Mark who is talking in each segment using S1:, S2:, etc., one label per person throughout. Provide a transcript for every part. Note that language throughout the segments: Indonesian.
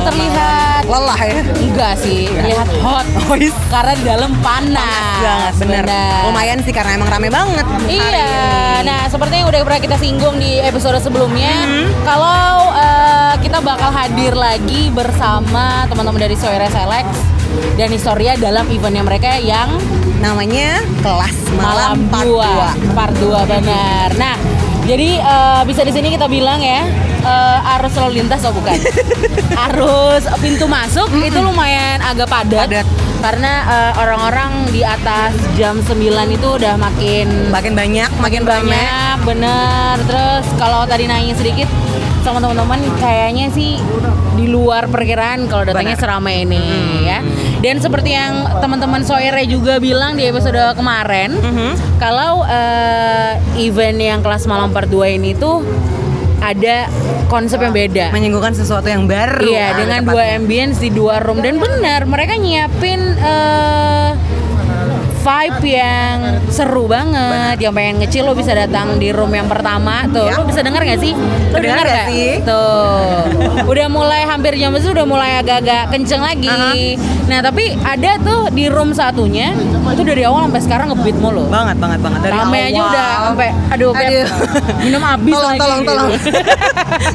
S1: terlihat
S2: Lelah ya?
S1: Enggak sih, terlihat hot.
S2: Oh, is-
S1: Karena di dalam panas.
S2: banget, bener.
S1: Bener.
S2: Lumayan sih karena emang rame banget. hari
S1: Nah,
S2: ini.
S1: Iya.
S2: Hmm.
S1: Nah, seperti yang udah pernah kita singgung di episode sebelumnya, kalau eh, kita bakal hadir lagi bersama teman-teman dari Soire Select dan Historia dalam eventnya mereka yang
S2: Namanya kelas malam,
S1: malam,
S2: part
S1: 2. Part 2 benar. Nah, jadi eh, bisa di sini kita bilang ya, eh, arus lalu lintas oh bukan. arus pintu masuk itu lumayan agak padat.
S2: Padat.
S1: Karena eh, orang-orang di atas jam 9 itu udah makin
S2: 2. Makin banyak, makin banyak.
S1: banyak bener terus kalau tadi nanya sedikit sama teman-teman kayaknya sih di luar perkiraan kalau datangnya
S2: Benar.
S1: seramai ini ya dan seperti yang teman-teman Soire juga bilang di episode kemarin
S2: Mhm.
S1: kalau eh, event yang kelas malam part 2 ini tuh ada konsep yang beda
S2: Menyinggungkan sesuatu yang baru.
S1: Iya,
S2: kan,
S1: dengan dua
S2: tepatnya.
S1: ambience di dua room dan benar mereka nyiapin eh, vibe yang seru banget. Yang pengen ngecil lo bisa datang di room yang pertama tuh.
S2: Yap.
S1: Lo bisa dengar nggak sih? Lo
S2: Iya. Kedengar
S1: dengar
S2: nggak
S1: nggak?
S2: sih?
S1: Tuh. Udah mulai hampir jam itu udah mulai agak-agak kenceng lagi.
S2: Aha.
S1: Nah, tapi ada tuh di room satunya itu dari awal sampai sekarang ngebeat mulu.
S2: Banget, banget, banget. Dari
S1: Rame
S2: awal.
S1: aja udah sampai aduh, Pep,
S2: Aduh.
S1: minum habis
S2: tolong,
S1: lagi.
S2: tolong, tolong.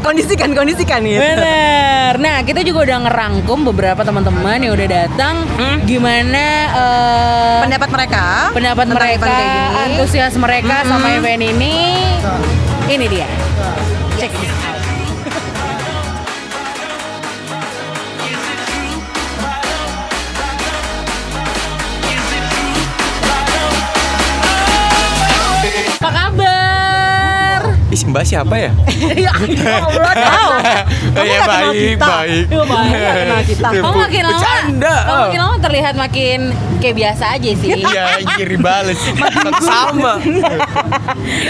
S2: kondisikan, kondisikan ya.
S1: Bener. Nah, kita juga udah ngerangkum beberapa teman-teman yang udah datang.
S2: Hmm.
S1: Gimana eh,
S2: Pendapat mereka.
S1: pendapat
S2: tentang
S1: mereka,
S2: event kayak gini.
S1: antusias mereka
S2: Mm-mm.
S1: sama event ini. Ini dia. Check this out. Apa kabar?
S3: Ih, Mbak siapa ya?
S2: Iya,
S1: ya, Allah, tahu.
S2: Kamu
S3: ya,
S2: nggak kenal
S3: baik,
S2: kita.
S3: baik.
S1: Iya, baik. Nggak
S2: kenal kita.
S3: Eh,
S1: Kamu
S3: bu-
S1: makin lama,
S3: Bercanda.
S1: kamu
S3: ah.
S1: makin lama terlihat makin kayak biasa aja sih.
S3: Iya, kiri bales. Tetap sama.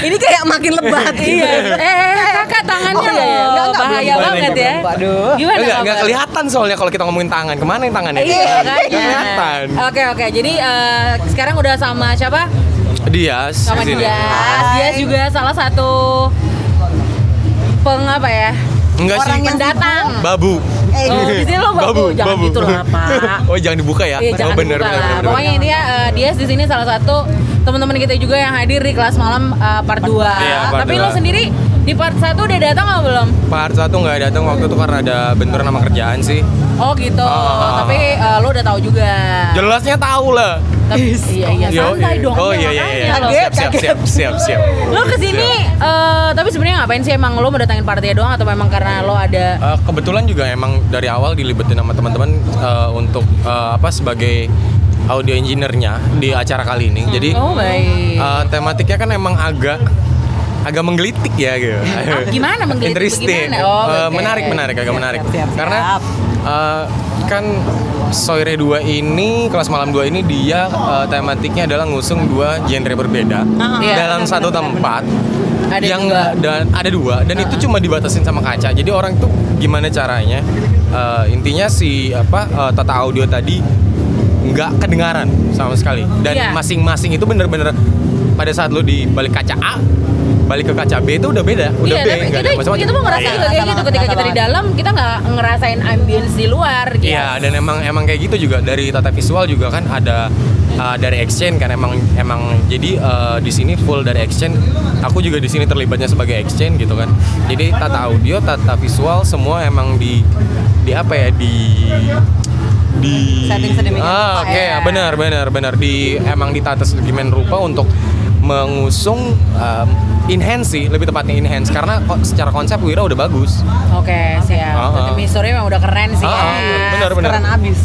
S2: Ini kayak makin lebat. gitu.
S1: Iya. Eh, eh, kakak tangannya
S2: Oh, iya, iya.
S1: loh,
S2: Nggak, nggak,
S1: bahaya
S3: belum,
S1: banget
S3: belum,
S1: ya.
S3: belum.
S2: Waduh.
S1: Gimana
S3: Enggak, enggak
S1: kabar?
S3: Oh, iya, kelihatan soalnya kalau kita ngomongin tangan. Kemana yang tangannya?
S1: Iya,
S3: Nggak
S1: makanya.
S3: kelihatan.
S1: Oke oke, jadi eh, sekarang udah sama siapa?
S3: Dias.
S1: Sama
S3: di sini.
S1: dia. Dia juga salah satu peng apa ya?
S3: Enggak sih.
S1: Orang pendatang.
S3: Babu.
S2: Eh,
S1: Oh, di sini lo babu. Jangan gitu lah, Pak.
S3: Oh, jangan dibuka ya.
S1: Iya, jangan
S3: oh, bener,
S1: dibuka
S3: bener,
S1: lah.
S3: bener, bener.
S1: Pokoknya dia eh, Dias di sini salah satu teman-teman kita juga yang hadir di kelas malam eh, part 2.
S3: Iya, part
S1: Tapi
S3: dua.
S1: lo sendiri di part 1 udah datang atau belum?
S3: Part satu nggak datang waktu itu karena ada benturan sama kerjaan sih.
S1: Oh gitu.
S3: Ah.
S1: Tapi eh, lo udah tahu juga.
S3: Jelasnya tahu lah.
S1: Tapi iya iya
S3: Yo,
S1: santai
S3: iya.
S1: dong.
S3: Oh
S1: ya,
S3: iya iya iya.
S1: makanya lo.
S2: Kaget,
S3: Siap siap siap siap.
S1: Lo kesini, eh, tapi sebenarnya ngapain sih emang lo mendatangin partinya doang atau memang karena lo ada
S3: Eh, kebetulan juga emang dari awal dilibetin sama teman-teman eh, untuk eh, apa sebagai audio engineer-nya di acara kali ini. Jadi
S1: Oh baik.
S3: eh, tematiknya kan emang agak agak menggelitik ya gitu.
S1: gimana menggelitik?
S3: Interesting.
S1: Bagaimana? Oh,
S3: Eh,
S1: oke.
S3: menarik menarik agak
S1: Siap,
S3: menarik.
S1: siap, siap, siap.
S3: Karena eh, kan Soire 2 ini kelas malam 2 ini dia eh, tematiknya adalah ngusung dua genre berbeda
S1: Iya,
S3: dalam satu tempat
S1: Ada
S3: yang
S1: dua. Ah,
S3: dan ada dua dan itu cuma dibatasin sama kaca jadi orang tuh gimana caranya eh, intinya si apa eh, tata audio tadi nggak kedengaran sama sekali dan
S1: Iya.
S3: masing-masing itu bener-bener pada saat lo di balik kaca A balik ke kaca B itu udah beda udah
S1: Iya,
S3: B
S1: tapi
S3: nggak
S1: kita,
S3: ada Iya. macam-macam.
S1: kita mau ngerasain juga kayak gitu ketika kita di dalam kita nggak ngerasain ambience di luar gitu.
S3: Iya, dan emang emang kayak gitu juga dari tata visual juga kan ada uh, dari exchange kan emang emang jadi uh, di sini full dari exchange. Aku juga di sini terlibatnya sebagai exchange gitu kan. Jadi tata audio, tata visual semua emang di di apa ya di di
S2: Setting sedemikian rupa
S3: ah, oke
S1: ya.
S3: benar benar benar di emang ditata sedemikian rupa untuk mengusung um, enhance sih lebih tepatnya enhance karena ko- secara konsep Wira udah bagus
S1: Oke, siap.
S3: Ah, ah.
S1: Tapi misurnya memang udah keren sih.
S3: Ah,
S1: ya.
S3: ah, benar benar
S2: Keren abis.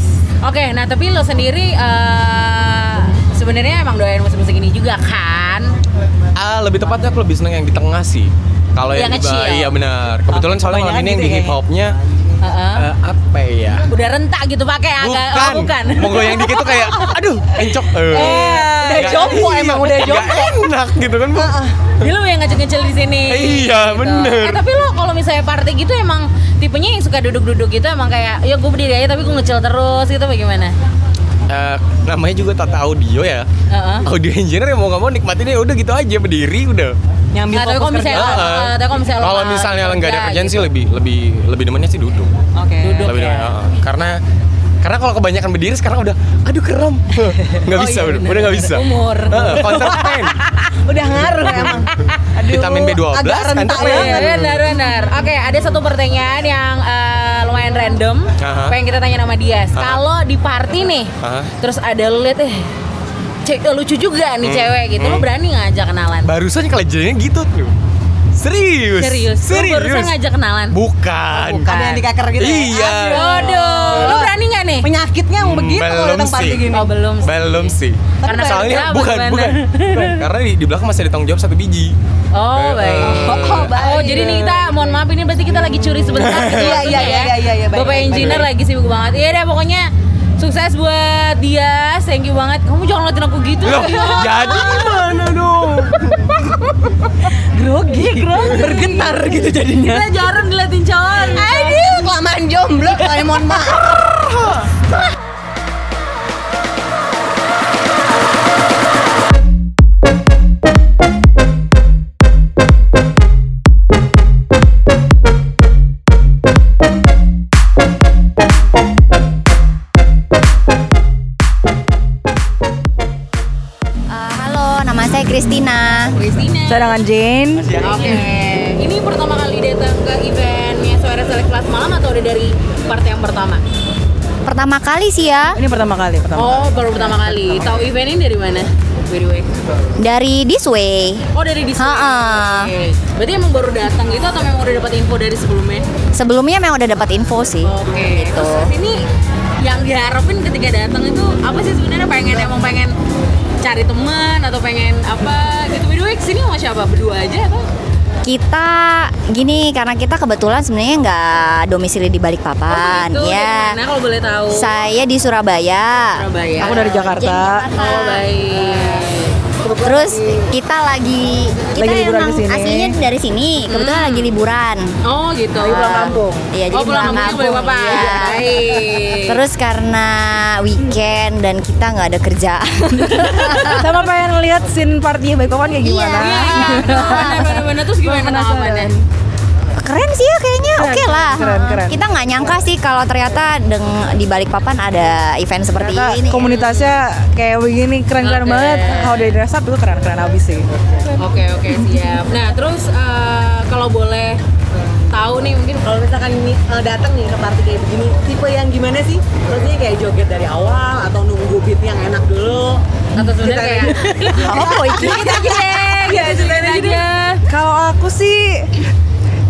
S1: Oke, nah tapi lo sendiri eh, sebenarnya emang doain musik-musik ini juga kan?
S3: Ah, lebih tepatnya aku lebih seneng yang di tengah sih. Kalau
S1: Yang
S3: yang, di bawah,
S1: kecil.
S3: iya benar. Kebetulan soalnya malam
S2: kebanyakan
S3: ini yang
S2: gitu
S3: di
S2: ya
S3: hip hopnya
S1: Heeh.
S3: eh, apa ya?
S1: Udah rentak gitu pakai agak oh, bukan.
S3: Mau gue yang dikit tuh kayak aduh, encok. Eh,
S2: udah
S3: nggak-
S2: jompo
S3: iya,
S2: emang, udah
S3: nggak
S2: jompo.
S3: enak gitu kan. Bu.
S1: Jadi lo yang ngecil-ngecil di sini.
S3: Iya, bener.
S1: Eh, tapi lo kalau misalnya party gitu emang tipenya yang suka duduk-duduk gitu emang kayak ya gue berdiri aja tapi gue ngecil terus gitu bagaimana?
S3: Eh, namanya juga tata audio ya.
S1: Heeh.
S3: Audio engineer yang mau nggak mau nikmatin ya udah gitu aja berdiri udah.
S2: Nyambil
S1: Nggak, tapi
S2: fokus
S1: kalau misalnya-
S2: kerja.
S1: Heeh. eh, tapi kalau misalnya lo
S3: kalau
S1: nggak
S3: misalnya
S1: kerja
S3: nggak ada kerjaan
S1: gitu.
S3: sih lebih lebih lebih demennya sih duduk.
S2: Oke.
S1: Duduk
S3: Lebih
S1: ya.
S3: demen, heeh. karena karena kalau kebanyakan berdiri sekarang udah aduh kram nggak
S1: Oh
S3: bisa
S1: iya,
S3: udah
S1: benar,
S3: udah nggak
S1: benar.
S3: bisa
S1: Umur.
S3: Heeh, counter pain
S2: Udah ngaruh emang. Aduh,
S3: Vitamin B12,
S2: agak rentak
S3: kan,
S2: banget.
S3: Iya,
S1: Benar, benar, benar. Oke, ada satu pertanyaan yang eh, lumayan random.
S3: Aha.
S1: Pengen kita tanya nama dia.
S3: Aha.
S1: Kalau di party nih,
S3: Aha.
S1: terus ada lu liat eh cewek eh, lucu juga nih
S3: Hmm,
S1: cewek gitu. Lu
S3: hmm.
S1: berani ngajak kenalan?
S3: barusan kelajennya gitu tuh serius
S1: Serius. Lu barusan ngajak kenalan.
S3: bukan,
S1: Oh, bukan.
S2: Ada yang dikaker gitu ya?
S3: Iya.
S1: Waduh, lu berani nggak nih?
S2: Penyakitnya yang begitu kalau
S3: belum
S2: datang party
S3: sih.
S2: gini.
S1: Oh, belum. sih.
S3: belum sih
S1: Karena
S3: soalnya
S1: baru
S3: bukan,
S1: kenal
S3: bukan bukan. karena di, di belakang masih ada tanggung jawab satu biji
S1: Oh,
S3: Eh,
S1: baik.
S3: eh.
S2: Oh, baik.
S1: Oh, jadi nih kita mohon maaf ini berarti kita lagi curi sebentar gitu.
S2: Iya, iya, iya,
S1: maksudnya
S2: iya, iya, iya, baik,
S1: Bapak
S2: baik,
S1: engineer
S3: baik.
S1: lagi sibuk banget. Iya deh pokoknya sukses buat dia. Thank you banget. Kamu jangan ngeliatin aku gitu.
S3: loh jadi gimana dong
S2: Grogi,
S1: Iya,
S2: bergetar gitu jadinya.
S1: Kita jarang ngeliatin cowok.
S2: Aduh, kelamaan jomblo, kalian mohon maaf.
S4: Eh, halo, nama saya Christina.
S1: Christina.
S2: Cadangan Jane.
S1: Oke. Ini pertama kali datang ke eventnya Suara Select Plus malam atau udah dari part yang pertama?
S4: Pertama kali sih ya
S2: Ini pertama kali, pertama.
S1: Oh, baru pertama kali. Tahu event ini dari mana? Oh, By the way.
S4: dari This Way.
S1: Oh, dari di sini.
S4: Ha-ha.
S1: Oke. Berarti emang baru datang gitu atau memang udah dapat info dari sebelumnya?
S4: Sebelumnya memang udah dapat info sih.
S1: Oke,
S4: Gitu.
S1: terus ini yang diharapin ketika datang itu apa sih sebenarnya pengen emang pengen cari teman atau pengen apa gitu by the way kesini sama siapa berdua aja atau
S4: Kita gini karena kita kebetulan sebenarnya nggak domisili di Balikpapan,
S1: gitu, dari
S4: ya.
S1: mana kalau boleh tahu
S4: Saya di Surabaya.
S1: Surabaya
S2: Aku dari Jakarta.
S4: Jakarta.
S1: oh baik
S4: Terus kita lagi kita
S2: Lagi liburan
S4: emang
S2: ke sini.
S4: aslinya dari sini, kebetulan
S1: Hmm.
S4: lagi liburan.
S1: oh gitu
S2: pulang kampung.
S4: Iya, jadi
S1: oh pulang
S4: pulang
S1: kampung boleh
S4: kampung,
S1: apa
S4: iya.
S1: baik
S4: Terus karena weekend dan kita nggak ada kerjaan.
S2: Sama pengen ngeliat scene partinya Baik Papan kayak gimana.
S4: Iya.
S1: Iya, benar-benar terus gimana tanggapannya?
S4: keren sih ya kayaknya
S2: Keren,
S4: oke lah
S2: keren, keren.
S4: kita nggak nyangka sih kalau ternyata deng- di balik papan ada event seperti
S2: Ternyata
S4: ini
S2: komunitasnya kayak begini keren-keren
S1: Oke.
S2: banget. How they dress up itu keren-keren abis sih.
S1: Oke oke siap. Nah terus eh, kalau boleh tahu nih mungkin
S5: kalau misalkan ini eh, datang nih ke party kayak begini tipe yang gimana sih maksudnya kayak joget dari awal atau nunggu beat yang enak dulu
S1: atau sebenarnya kayak
S4: oh iki
S1: gitu ceritain aja.
S2: Nah, Kalau aku sih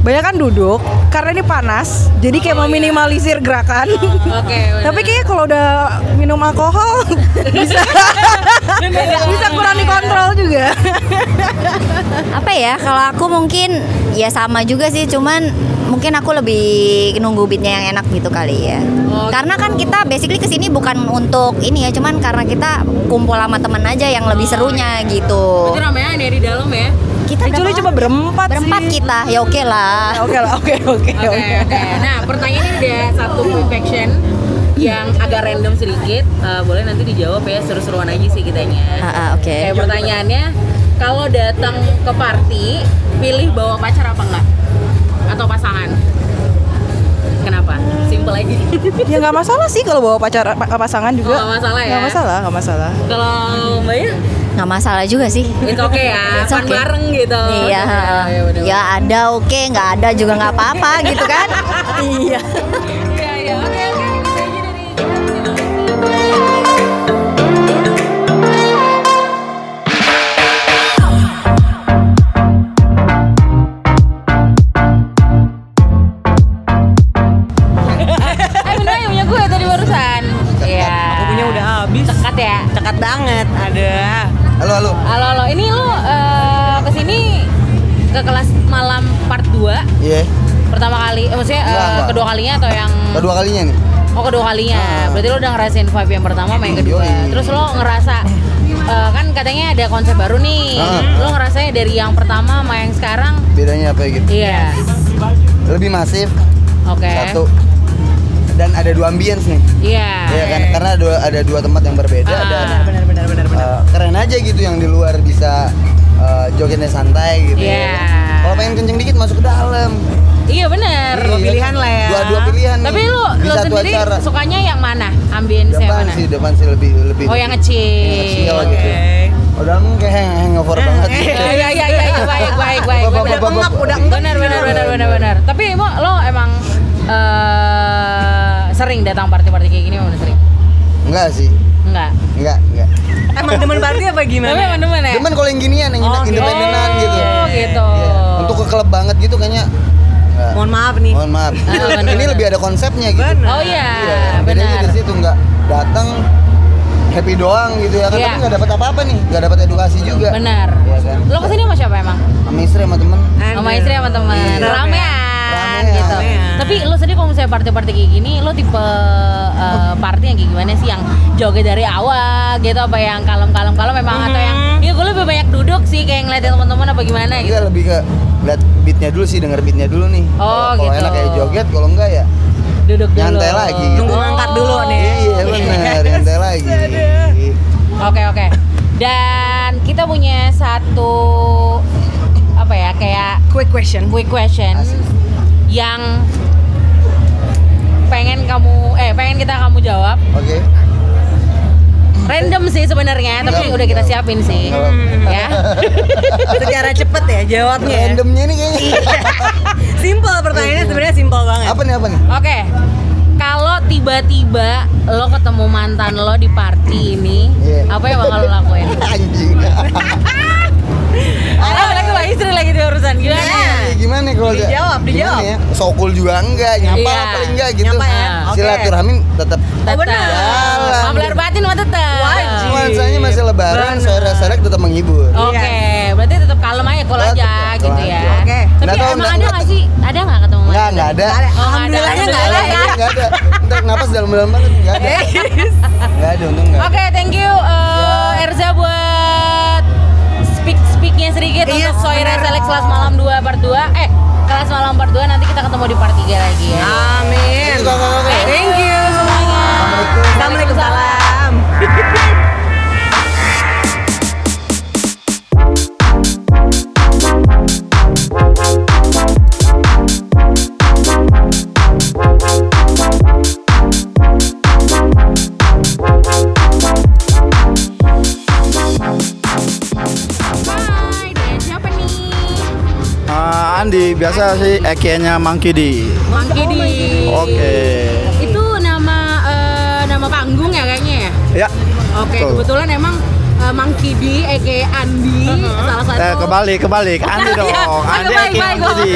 S2: banyak kan duduk karena ini panas jadi kayak meminimalisir gerakan
S1: Oke.
S2: tapi kayaknya kalau udah minum alkohol bisa bisa kurang dikontrol juga
S4: apa ya kalau aku mungkin ya sama juga sih cuman mungkin aku lebih nunggu beatnya yang enak gitu kali ya
S1: Oh,
S4: karena kan
S2: gitu.
S4: kita basically kesini bukan untuk ini ya cuman karena kita kumpul sama temen aja yang lebih
S2: Ah, iya.
S4: serunya gitu
S1: Itu namanya ada di dalam ya.
S4: kita
S2: Actually
S4: berapa
S2: cuma
S4: orang?
S2: berempat
S4: berempat
S2: sih.
S4: kita ya oke lah
S2: oke lah oke oke
S1: Oke
S2: oke
S1: oke. Nah pertanyaannya ada satu quick action yang agak random sedikit. Eh, boleh nanti dijawab ya seru-seruan aja sih kitanya.
S4: Ah, ah, oke
S1: Kayak Eh, pertanyaannya kalau datang ke party pilih bawa pacar apa enggak? Atau pasangan? Kenapa? Simple aja.
S2: ya nggak masalah sih kalau bawa pacar pa- pasangan juga
S1: Oh, nggak masalah ya?
S2: nggak masalah nggak masalah
S1: Kalau Mbak ya? Yu,
S4: nggak masalah juga sih
S1: it's okay ya,
S4: It's
S1: fun
S4: okay.
S1: bareng gitu.
S4: Iya.
S1: ya, bener-bener.
S4: Ya ada oke, nggak ada juga nggak apa-apa gitu kan? iya.
S1: Iya, iya. Oke, oke. Gitu aja dari kita. Eh, beneran yang punya gue tadi barusan. Iya.
S5: Aku punya udah habis
S1: Dekat ya.
S5: dekat banget ada
S6: Halo, halo.
S1: Halo, halo. Ini lu eh, kesini ke kelas malam part 2
S6: Iya,
S1: pertama kali eh, maksudnya eh,
S6: Enggak, enggak.
S1: kedua kalinya atau yang
S6: kedua kalinya nih.
S1: oh kedua kalinya
S6: Ah.
S1: berarti lo udah ngerasain vibe yang pertama main kedua
S6: Yoi.
S1: terus lo ngerasa eh, kan katanya ada konsep baru nih
S6: Ah.
S1: lo ngerasanya dari yang pertama sama yang sekarang
S6: Bedanya apa ya gitu?
S1: iya
S6: Lebih masif
S1: oke
S6: satu dan ada dua ambience nih.
S1: iya
S6: Iya kan? Karena ada dua, ada dua tempat yang berbeda
S1: Ah.
S6: dan eh, keren aja gitu yang di luar bisa eh, jogetnya santai gitu. ya
S1: Iya.
S6: kan. Kalau pengen kenceng dikit masuk ke dalam.
S1: Iya bener.
S5: Dua pilihan lah ya.
S6: Dua-dua pilihan nih.
S1: Tapi lu
S6: Di
S1: lu
S6: satu
S1: sendiri
S6: acara.
S1: sukanya yang mana? Ambience yang
S6: depan
S1: mana?
S6: sih, depan sih lebih lebih.
S1: Oh yang
S6: Yang kecil
S1: kecil.
S5: Oke.
S6: gitu. Oh, dalam kayak hang- hangover banget.
S1: Iya iya iya iya iya, baik baik baik.
S6: Bapak,
S1: bener.
S6: bapak, bapak.
S5: Pengap, udah engap.
S1: Benar benar benar benar benar. Tapi Mo, lo emang eh, sering datang party-party kayak gini emang udah sering?
S6: Enggak sih.
S1: Enggak.
S6: Enggak, enggak.
S5: Emang demen party apa gimana?
S1: Tapi emang demen ya?
S6: Cuman kalau yang ginian yang
S5: Oh, gitu.
S6: independenan gitu.
S1: Oh gitu.
S6: Iya. Untuk ke klub banget gitu kayaknya. enggak.
S5: Mohon maaf nih.
S6: Mohon maaf.
S1: Ah, benar,
S6: Ini
S1: benar.
S6: lebih ada konsepnya gitu.
S5: Benar.
S1: Oh iya,
S6: Iya, bedanya
S1: benar.
S6: di situ nggak datang happy doang gitu ya kan
S1: Iya.
S6: tapi nggak dapat apa-apa nih nggak dapat edukasi juga
S1: Benar.
S6: Iya kan?
S1: Lo kesini sama siapa emang?
S6: sama istri sama temen
S1: Sama istri sama teman.
S5: Iya.
S1: Ramean
S6: Ramean.
S1: gitu.
S5: Ramean.
S1: Tapi lo sendiri kalau misalnya party-party kayak gini, lo tipe eh, party yang kayak gimana sih? Yang joget dari awal gitu apa yang kalem-kalem kalau memang atau yang ya gue lebih banyak duduk sih kayak ngeliatin teman-teman apa gimana
S6: Iya
S1: gitu.
S6: lebih ke lihat beatnya dulu sih denger beatnya dulu nih
S1: Oh,
S6: Kalau- kalau
S1: gitu.
S6: enak kayak joget kalau enggak ya
S1: Duduk dulu.
S6: nyantai lagi gitu.
S5: Nunggu ngangkat dulu
S1: Oh,
S5: nih.
S6: iya benar nyantai lagi
S1: Oke oke. Dan kita punya satu apa ya kayak
S2: Quick question.
S1: quick question yang pengen kamu eh pengen kita kamu jawab
S6: oke
S1: random sih sebenarnya tapi
S6: Enggak,
S1: udah kita
S6: enggak.
S1: siapin sih
S6: Enggak.
S1: ya
S5: Secara cepet ya jawabnya.
S1: Iya.
S5: ya.
S6: randomnya nih kayaknya
S5: Simple pertanyaannya sebenarnya simple banget.
S6: apa nih apa nih
S1: oke kalau tiba-tiba lo ketemu mantan lo di party ini
S6: Iya.
S1: apa yang bakal lo lakuin
S6: anjing
S1: apalagi lo istri lagi di urusan gimana
S6: Iya, gimana nih kalau
S5: Nah. Dijawab,
S6: gimana
S5: dijawab.
S6: ya? sokul juga enggak nyapa
S1: Iya.
S6: paling enggak gitu
S5: Nyapa ya?
S1: Ah.
S5: Oke.
S6: silaturahmi tetap
S1: tetap
S5: benar.
S6: Jalan.
S1: Mabelar batin mah tetap
S5: Wajib.
S6: nuansanya masih lebaran
S5: Benar. Oh,
S6: sore sore tetap menghibur
S1: Oke, berarti tetap kalem aja, cool
S6: Tetap
S1: aja
S6: kalem
S1: gitu
S6: aja.
S1: ya.
S5: Oke.
S1: Tapi
S6: Nggak tahu,
S1: emang
S6: nggak-
S1: ada nggak sih? Ada nggak ketemu
S6: enggak
S1: mantan?
S6: enggak ada
S5: Nggak ada.
S1: Oh, nggak ada.
S5: Alhamdulillahnya nggak ada ya.
S6: enggak ada entar kenapa dalam-dalam banget enggak ada enggak ada untung enggak
S1: Oke, thank you eh, Erza buat speak speaknya sedikit
S5: Iya,
S1: untuk Soirah
S5: benar.
S1: Select kelas malam 2 part 2. Eh, kelas malam part 2 nanti kita ketemu di part 3 lagi ya.
S2: Ah.
S5: Amin. Thank you semuanya.
S6: Assalamualaikum.
S5: Assalamualaikum. Salam.
S1: Hai, dan siapa nih?
S7: Ah, Andi, biasa sih ekiannya Monkey D.
S1: Monkey D.
S7: Oke.
S1: Itu nama eh, nama panggung ya kayaknya ya?
S7: Ya.
S1: Oke,
S7: Betul.
S1: kebetulan emang eh, Monkey D aka Andi salah satu
S7: Eh, kebalik, kebalik. Andi
S1: Iya.
S7: dong.
S1: Oh,
S7: Andi
S1: kebalik,
S7: Eki
S1: kebalik,
S7: Monkey D.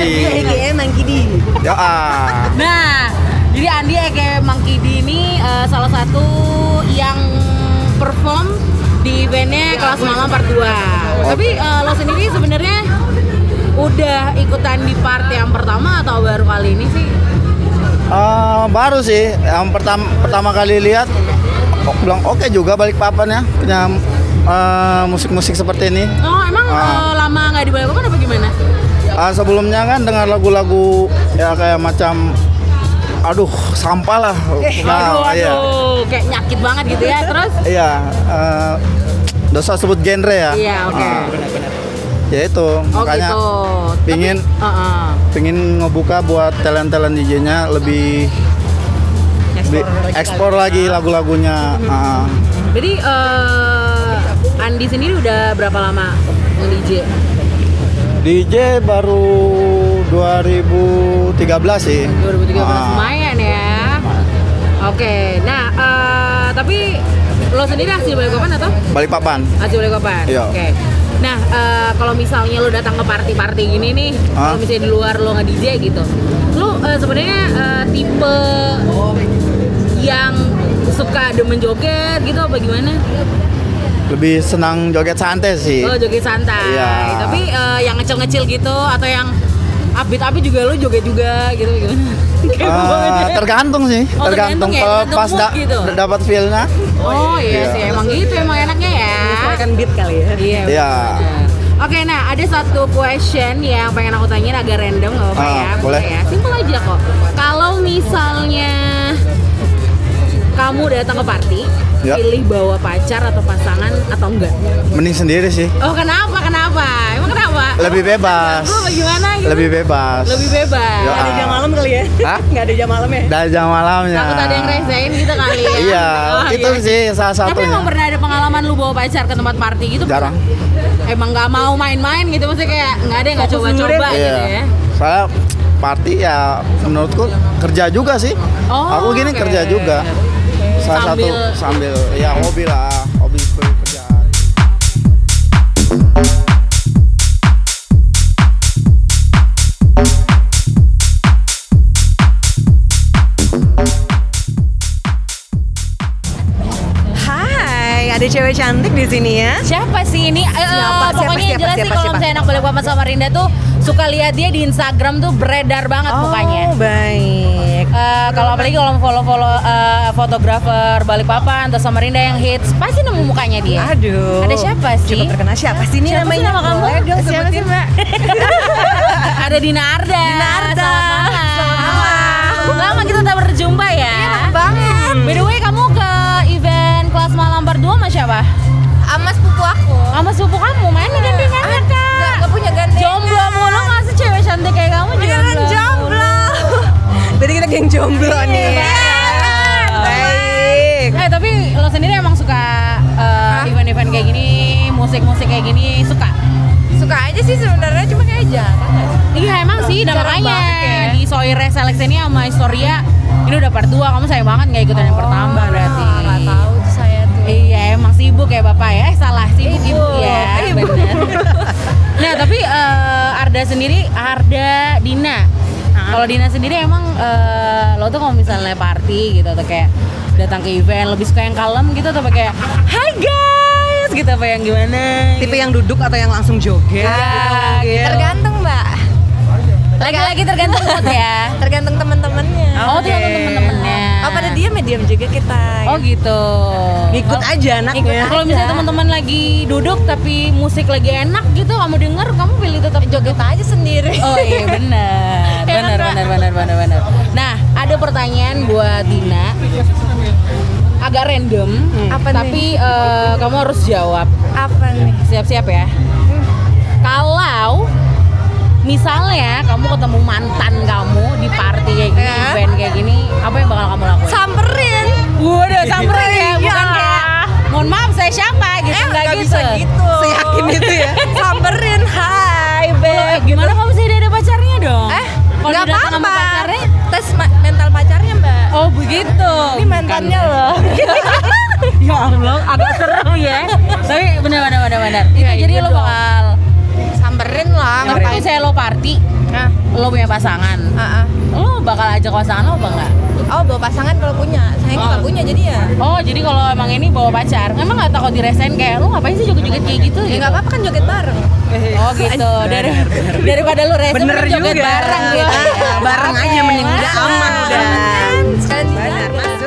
S5: Iya, Mang Kidi.
S7: Yo ah.
S1: Nah, jadi Andi Eke Monkey D ini eh, salah satu yang perform di bandnya kelas malam part 2 Tapi eh, lo sendiri sebenarnya udah ikutan di part yang pertama atau baru kali ini sih?
S7: Eh, baru sih yang pertama pertama kali lihat kok bilang oke juga balik papan ya punya eh, musik-musik seperti ini.
S1: Oh emang
S7: Ah.
S1: eh, lama nggak di Balikpapan apa gimana?
S7: Ah, sebelumnya kan dengar lagu-lagu ya kayak macam aduh sampah lah.
S1: Eh, aduh, aduh,
S7: iya.
S1: kayak nyakit banget gitu ya. Terus?
S7: Iya, eh, dosa sebut genre ya.
S1: Iya, oke.
S7: Ah, ya itu
S1: Oh
S7: makanya
S1: gitu. Tapi-
S7: pingin
S1: Heeh.
S7: pengin ngebuka buat talent talent DJ-nya lebih lebih ekspor lagi lagu-lagunya
S1: Mm-hmm.
S7: Ah,
S1: Jadi eh, Andi sendiri udah berapa lama nge-DJ?
S7: DJ baru 2013 sih
S1: 2013
S7: Ah,
S1: lumayan ya. Oke, nah eh, tapi lo sendiri hasil Balikpapan atau
S7: Balikpapan
S1: hasil Balikpapan?
S7: Iya.
S1: Oke. Nah, eh, kalau misalnya lo datang ke party-party gini nih,
S7: Hah?
S1: kalau misalnya di luar lo nge DJ gitu, lo eh, sebenarnya eh, tipe yang suka demen joget gitu apa gimana?
S7: lebih senang joget santai sih
S1: Oh joget santai.
S7: Iya.
S1: Tapi eh, yang ngecil-ngecil gitu atau yang upbeat-upbeat juga lo joget juga gitu gimana? Kayak
S7: Ah,
S1: gua gitu ya. aja.
S7: tergantung sih
S1: Oh, tergantung ya,
S7: kalau
S1: tergantung
S7: pas
S1: mood
S7: da-
S1: gitu.
S7: dapat feel-nya
S1: Oh iya
S7: Iya.
S1: sih, emang gitu emang enaknya ya.
S5: Akan beat kali ya.
S1: Iya.
S7: Iya.
S1: benar. Oke, nah ada satu question yang pengen aku tanyain agak random nggak apa-apa
S7: Ah,
S1: ya?
S7: boleh.
S1: Ya, simpel aja kok. Kalau misalnya kamu kamu datang ke party,
S6: Ya.
S1: pilih bawa pacar atau pasangan atau enggak?
S6: Mending sendiri sih.
S1: Oh kenapa? Kenapa? Emang kenapa?
S6: Lebih bebas.
S1: Lu bagaimana gitu?
S6: Lebih bebas.
S1: Lebih bebas.
S6: Yo,
S2: Ada jam
S6: ah.
S2: malam kali ya?
S6: Hah?
S2: Nggak ada jam malam ya?
S6: Dari jam malamnya.
S1: Takut ada yang rezein gitu kali ya?
S6: Iya,
S1: Oh,
S6: itu
S1: iya.
S6: sih salah
S1: Tapi
S6: satunya.
S1: emang pernah ada pengalaman lu bawa pacar ke tempat party gitu?
S6: Jarang.
S1: Emang nggak mau main-main gitu maksudnya kayak nggak ada yang nggak
S2: Fokus dulu
S1: coba-coba
S2: deh.
S1: gitu ya?
S6: Iya. Saya party ya menurutku kerja juga sih.
S1: Oh,
S6: Aku gini
S1: oke.
S6: kerja juga. Salah
S1: Sambil-
S6: satu sambil ya hobi lah, hobi sebagai kerjaan.
S2: Hai, ada cewek cantik di sini ya.
S1: Siapa sih ini? Eh,
S2: Siapa, siapa,
S1: pokoknya yang
S2: siapa,
S1: jelas sih
S2: siapa,
S1: kalau
S2: siapa?
S1: misalnya anak boleh Muhammad sama Rinda tuh suka lihat dia di Instagram tuh beredar banget mukanya.
S2: Oh, baik.
S1: Eh, kalau apalagi kalau follow-follow eh, fotografer Balikpapan atau Samarinda yang hits, pasti nemu mukanya dia.
S2: Aduh.
S1: Ada siapa sih?
S2: Coba terkenal siapa sih ini
S1: Siapa sih
S2: namanya?
S1: nama kamu?
S2: Boleh dong
S1: Siapa
S2: sebutin.
S1: sih, Ada Dinarda.
S2: Dinarda.
S1: Selamat malam. Lama kita tak berjumpa ya.
S8: banget
S1: By the way, kamu ke event kelas malam berdua sama siapa?
S8: sama sepupu aku Iya.
S1: Sama sepupu kamu, mana gandengannya
S8: Nggak-
S1: kak?
S8: nggak punya gandengan
S1: Jomblo mulu masa cewek cantik kayak kamu
S8: beneran jomblo
S2: Jadi kita geng jomblo nih.
S1: Iya.
S8: Iya,
S2: Baik.
S1: Eh tapi lo sendiri emang suka eh, event-event kayak gini, musik-musik kayak gini suka?
S8: suka aja sih sebenarnya cuma kayak jarang
S1: Iya emang sih, udah
S8: Jarang
S1: makanya
S8: banget ya.
S1: di Soire Seleksi ini sama Historia ini udah part 2, kamu sayang banget nggak ikutan yang pertama berarti
S8: Oh, nggak tahu tuh saya tuh
S1: Iya emang sibuk ya bapak ya, eh salah sibuk ibu ya bener. Nah tapi eh, Arda sendiri, Arda Dina Kalau Dina sendiri emang eh, lo tuh kalau misalnya party gitu atau kayak datang ke event lebih suka yang kalem gitu atau kayak Hai guys gitu apa yang gimana?
S2: Tipe yang duduk atau yang langsung joget?
S1: Ah,
S2: gitu.
S8: tergantung mbak
S1: Lagi-lagi tergantung mood ya.
S4: Iya.
S8: tergantung teman-temannya
S1: Oh, tergantung temen-temennya.
S8: oh pada dia
S2: ya,
S8: medium juga kita
S1: Oh gitu.
S2: Ngikut aja
S1: Ikut-
S2: anaknya.
S1: Kalau misalnya teman-teman lagi duduk tapi musik lagi enak gitu, kamu denger, kamu pilih tetap joget.
S8: kita aja sendiri
S1: Oh iya benar, benar, benar, benar, benar, benar. Nah, ada pertanyaan buat Dina. Agak random,
S8: Apa
S1: tapi eh, kamu harus jawab.
S8: apa nih
S1: Siap-siap ya. Kalau misalnya kamu ketemu mantan kamu di party kayak gini,
S8: Ya.
S1: event kayak gini, apa yang bakal kamu lakuin?
S8: samperin
S1: Waduh, samperin ya, bukan kayak mohon maaf saya siapa gitu,
S8: eh
S1: nggak
S8: nggak
S1: gitu.
S8: bisa gitu
S2: Seyakin itu ya.
S8: samperin hai
S1: Loh, eh,
S8: beb
S1: gimana kamu bisa dia ada pacarnya dong?
S8: eh
S1: Kalau
S8: nggak
S1: dia datang sama
S8: apa-apa
S1: pacarnya?
S8: tes ma- mental pacarnya mbak
S1: Oh begitu.
S8: ini mantannya loh
S1: Ya Allah, agak serem ya. Tapi benar benar benar benar. Itu
S8: Iya,
S1: jadi
S8: iya
S1: lo
S8: dong.
S1: bakal
S8: samperin lah
S1: tapi kalau saya lo party,
S8: Hah?
S1: lo punya pasangan.
S8: Ah, ah.
S1: Lo bakal ajak pasangan lo apa enggak?
S8: Oh bawa pasangan kalau punya, saya
S1: Oh.
S8: nggak punya jadi ya.
S1: Oh, jadi kalau emang ini bawa pacar, emang nggak takut diresen kayak lo ngapain sih joget-joget kayak gitu?
S8: Ya
S1: gitu?
S8: nggak apa-apa kan joget bareng.
S1: Oh gitu. Dari, daripada lu rese
S2: Bener
S1: mending joget
S2: juga.
S1: bareng gitu.
S2: Iya, bareng
S1: Oke,
S2: aja mending. Udah
S1: masuk.
S2: aman, udah.
S8: Kan sekalian
S2: Benar,
S8: dijaga.
S2: masuk.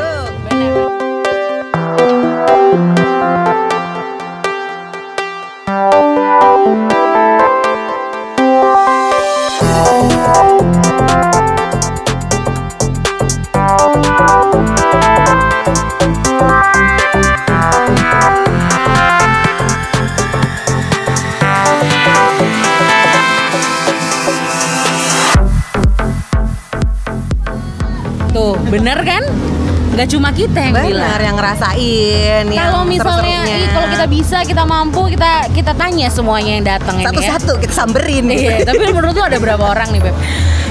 S1: Tuh, bener kan? Gak cuma kita yang bilang.
S2: Benar yang ngerasain. yang
S1: Kalau misalnya,
S2: seru-serunya.
S1: ih, kalau kita bisa, kita mampu, kita kita tanya semuanya yang datang ini ya.
S2: satu-satu kita samberin.
S1: Iya, tapi menurut lu ada berapa orang nih, Beb?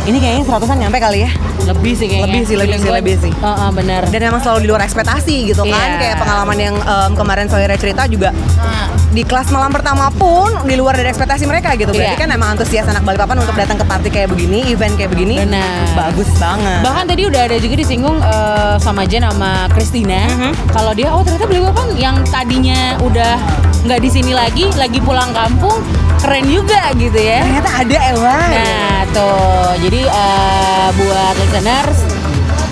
S2: Ini kayaknya seratusan nyampe kali ya.
S1: Lebih sih kayaknya.
S2: Lebih sih, lebih
S1: Feeling
S2: sih,
S1: gua-
S2: lebih sih.
S1: Heeh, benar.
S2: dan emang selalu di luar ekspektasi gitu kan
S1: Iya. Hmm.
S2: kayak pengalaman yang em, kemarin Soira cerita juga di kelas malam pertama pun di luar dari ekspektasi mereka gitu berarti
S1: Iya.
S2: kan emang antusias anak Balikpapan untuk datang ke party kayak begini event kayak begini
S1: Benar.
S2: bagus banget
S1: Bahkan tadi udah ada juga disinggung eh, sama Jen sama Christina. Kalau dia oh ternyata beli kan yang tadinya udah nggak di sini lagi, lagi pulang kampung, keren juga gitu ya.
S2: ternyata ada Ewan
S1: Nah, tuh. Jadi eh, buat listeners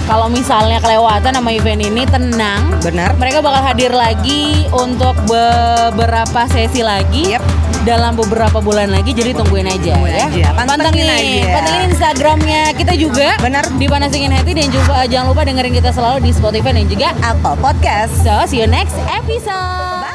S1: kalau misalnya kelewatan sama event ini tenang.
S2: benar
S1: Mereka bakal hadir lagi untuk beberapa sesi lagi.
S2: Yep.
S1: dalam beberapa bulan lagi jadi tungguin aja ya.
S5: aja, pantengin
S1: Pantengin,
S5: aja.
S1: pantengin Instagramnya kita juga.
S5: Benar.
S1: Di Panasingin Hati dan eh, juga jangan lupa dengerin kita selalu di Spotify dan juga
S5: Apple Podcast.
S1: So, see you next episode.